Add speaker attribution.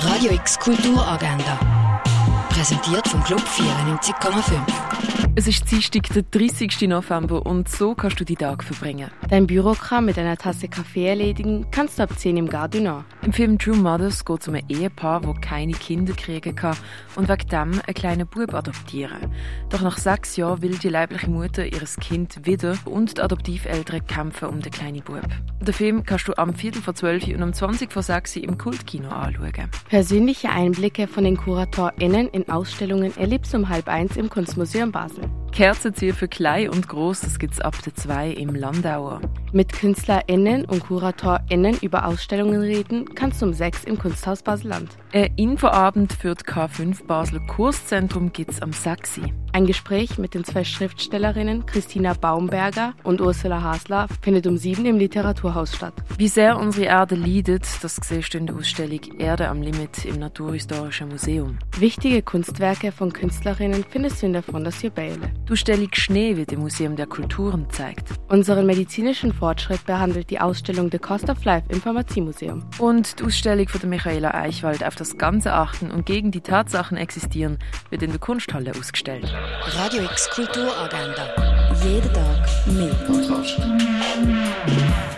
Speaker 1: Radio X Kulturagenda. Präsentiert vom Club 94,5.
Speaker 2: Es ist Dienstag, der 30. November und so kannst du die Tag verbringen.
Speaker 3: Dein Bürokram mit einer Tasse Kaffee erledigen kannst du ab 10 im Gardener.
Speaker 2: Im Film True Mothers geht es um ein Ehepaar, wo keine Kinder kriegen kann und wegen dem einen kleinen Bub adoptieren. Doch nach sechs Jahren will die leibliche Mutter ihres Kind wieder und die Adoptiveltern kämpfen um den kleinen Bub. Den Film kannst du am Viertel vor zwölf und um 20 vor sechs im Kultkino anschauen.
Speaker 3: Persönliche Einblicke von den KuratorInnen in Ausstellungen erlebst du um halb eins im Kunstmuseum Basel.
Speaker 2: Kerzenziel für Klein und Groß, das gibt's ab der 2 im Landauer.
Speaker 3: Mit KünstlerInnen und KuratorInnen über Ausstellungen reden kannst du um 6 im Kunsthaus Basel-Land.
Speaker 2: Ein Infoabend für das K5 Basel Kurszentrum gibt's am 6.
Speaker 3: Ein Gespräch mit den zwei Schriftstellerinnen Christina Baumberger und Ursula Hasler findet um 7 im Literaturhaus statt.
Speaker 2: Wie sehr unsere Erde leidet, das siehst du in der Ausstellung Erde am Limit im Naturhistorischen Museum.
Speaker 3: Wichtige Kunstwerke von Künstlerinnen findest du in der Fondation Bäle.
Speaker 2: Die Ausstellung Schnee wird im Museum der Kulturen zeigt.
Speaker 3: Unseren medizinischen Fortschritt behandelt die Ausstellung The Cost of Life im Pharmaziemuseum.
Speaker 2: Und die Ausstellung von der Michaela Eichwald auf das Ganze achten und gegen die Tatsachen existieren wird in der Kunsthalle ausgestellt.
Speaker 1: Radio X Kulturagenda. Jeden Tag mehr.